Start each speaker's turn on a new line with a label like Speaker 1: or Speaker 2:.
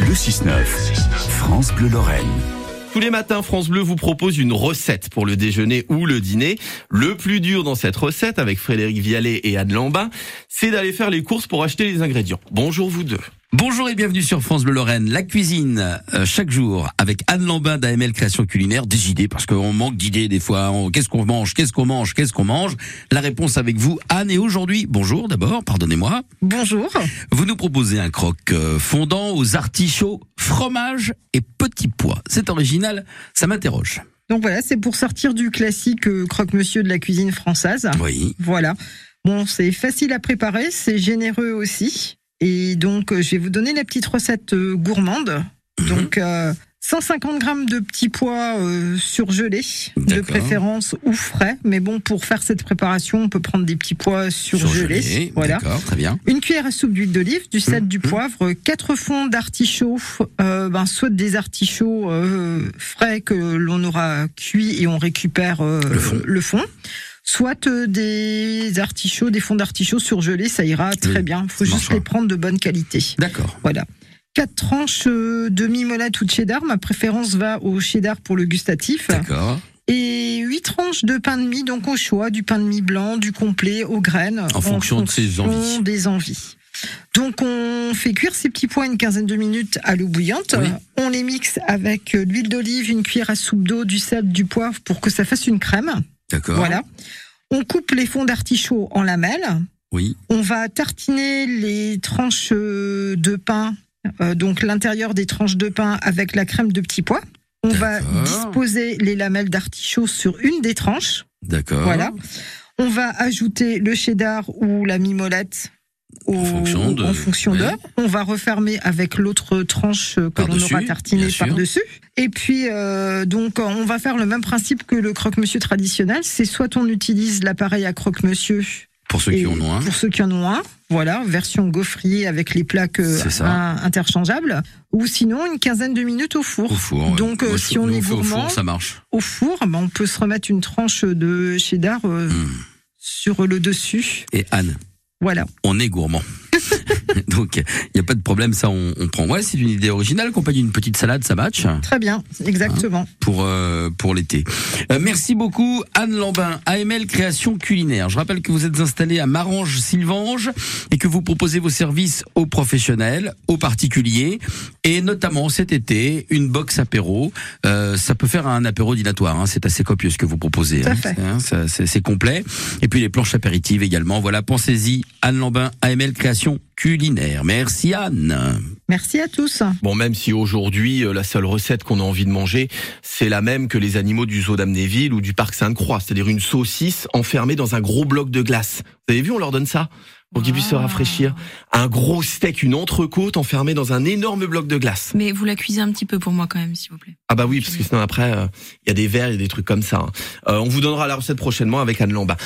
Speaker 1: Le 6-9, France Bleu-Lorraine.
Speaker 2: Tous les matins, France Bleu vous propose une recette pour le déjeuner ou le dîner. Le plus dur dans cette recette, avec Frédéric Vialet et Anne Lambin, c'est d'aller faire les courses pour acheter les ingrédients. Bonjour vous deux.
Speaker 3: Bonjour et bienvenue sur France Bleu Lorraine, la cuisine euh, chaque jour avec Anne Lambin d'AML Création Culinaire, des idées parce qu'on manque d'idées des fois, On- qu'est-ce qu'on mange, qu'est-ce qu'on mange, qu'est-ce qu'on mange La réponse avec vous Anne et aujourd'hui, bonjour d'abord, pardonnez-moi,
Speaker 4: Bonjour.
Speaker 3: vous nous proposez un croque euh, fondant aux artichauts, fromage et petits pois. C'est original, ça m'interroge.
Speaker 4: Donc voilà, c'est pour sortir du classique euh, croque-monsieur de la cuisine française.
Speaker 3: Oui.
Speaker 4: Voilà. Bon, c'est facile à préparer, c'est généreux aussi. Et donc, euh, je vais vous donner la petite recette euh, gourmande. Donc, euh, 150 grammes de petits pois euh, surgelés, de
Speaker 3: D'accord.
Speaker 4: préférence ou frais. Mais bon, pour faire cette préparation, on peut prendre des petits pois surgelés.
Speaker 3: Surgelé,
Speaker 4: Voilà.
Speaker 3: D'accord, très bien.
Speaker 4: Une cuillère à soupe d'huile d'olive, du sel, du
Speaker 3: Mhm.
Speaker 4: poivre, quatre fonds d'artichauts, euh, ben, soit des artichauts euh, frais que l'on aura cuits et on récupère euh,
Speaker 3: Le fond.
Speaker 4: soit euh, des artichauts, des fonds d'artichauts surgelés, ça ira très
Speaker 3: Oui,
Speaker 4: bien. faut
Speaker 3: ça
Speaker 4: juste
Speaker 3: marchera.
Speaker 4: les prendre de bonne qualité.
Speaker 3: D'accord.
Speaker 4: Voilà. Quatre tranches euh, de mimolette ou de cheddar, ma préférence va au cheddar pour le gustatif.
Speaker 3: D'accord.
Speaker 4: Et huit tranches de pain de mie, donc au choix, du pain de mie blanc, du complet, aux graines.
Speaker 3: En fonction de ses
Speaker 4: fonction
Speaker 3: envies.
Speaker 4: des envies. Donc on fait cuire ces petits pois une quinzaine de minutes à l'eau bouillante.
Speaker 3: Oui.
Speaker 4: On les mixe avec euh, de l'huile d'olive, une cuillère à soupe d'eau, du sel, du poivre pour que ça fasse une crème.
Speaker 3: D'accord.
Speaker 4: Voilà. On coupe les fonds d'artichaut en lamelles.
Speaker 3: Oui.
Speaker 4: On va tartiner les tranches euh, de pain, euh, donc l'intérieur des tranches de pain avec la crème de petits pois. On va
Speaker 3: D'accord.
Speaker 4: disposer les lamelles d'artichaut sur une des tranches.
Speaker 3: D'accord.
Speaker 4: Voilà. On va ajouter le cheddar ou la mimolette. au-
Speaker 3: En fonction de-
Speaker 4: en fonction d'eux.
Speaker 3: ouais.
Speaker 4: On va refermer avec l'autre tranche euh, que l'on
Speaker 3: Par-dessus,
Speaker 4: aura tartinée
Speaker 3: bien sûr.
Speaker 4: par-dessus. Et puis, euh, donc, euh, on va faire le même principe que le croque-monsieur traditionnel. C'est soit on utilise l'appareil à croque-monsieur
Speaker 3: Pour ceux qui
Speaker 4: et
Speaker 3: en ont un.
Speaker 4: Pour ceux qui en ont un, voilà, version gaufrier avec les plaques euh,
Speaker 3: C'est ça.
Speaker 4: un- interchangeables, ou sinon une quinzaine de minutes au four.
Speaker 3: Au four. ouais.
Speaker 4: Donc, euh,
Speaker 3: Moi, je-
Speaker 4: si on
Speaker 3: nous,
Speaker 4: est
Speaker 3: fait au
Speaker 4: gourmand-
Speaker 3: four, ça marche.
Speaker 4: Au four, ben, on peut se remettre une tranche de cheddar euh,
Speaker 3: Hmm.
Speaker 4: sur le dessus.
Speaker 3: Et Anne,
Speaker 4: Voilà.
Speaker 3: on est gourmand. Donc, il n'y a pas de problème, ça, on, on prend. Ouais, c'est une idée originale, accompagnée d'une petite salade, ça match
Speaker 4: Très bien, exactement.
Speaker 3: pour, euh, pour l'été. Euh, merci beaucoup, Anne Lambin, AML Création Culinaire. Je rappelle que vous êtes installée à Marange-Sylvange et que vous proposez vos services aux professionnels, aux particuliers et notamment cet été, une box apéro. Euh, ça peut faire un apéro dinatoire, hein, c'est assez copieux ce que vous proposez.
Speaker 4: Tout à
Speaker 3: hein.
Speaker 4: fait.
Speaker 3: C'est- hein, ça- c'est c'est complet. Et puis les planches apéritives également. Voilà, pensez-y, Anne Lambin, AML Création Culinaire. Merci Anne.
Speaker 4: Merci à tous.
Speaker 2: Bon, même si aujourd'hui, euh, la seule recette qu'on a envie de manger, c'est la même que les animaux du zoo d'Amnéville ou du parc Sainte-Croix, c'est-à-dire une saucisse enfermée dans un gros bloc de glace. Vous avez vu, on leur donne ça pour qu'ils puissent se
Speaker 5: Wow.
Speaker 2: rafraîchir. Un gros steak, une entrecôte enfermée dans un énorme bloc de glace.
Speaker 5: Mais vous la cuisez un petit peu pour moi quand même, s'il vous plaît.
Speaker 2: Ah Euh, bah oui, parce que sinon après, il y a des verres, il y a des trucs comme ça. hein. Euh, on vous donnera la recette prochainement avec Anne Lamba.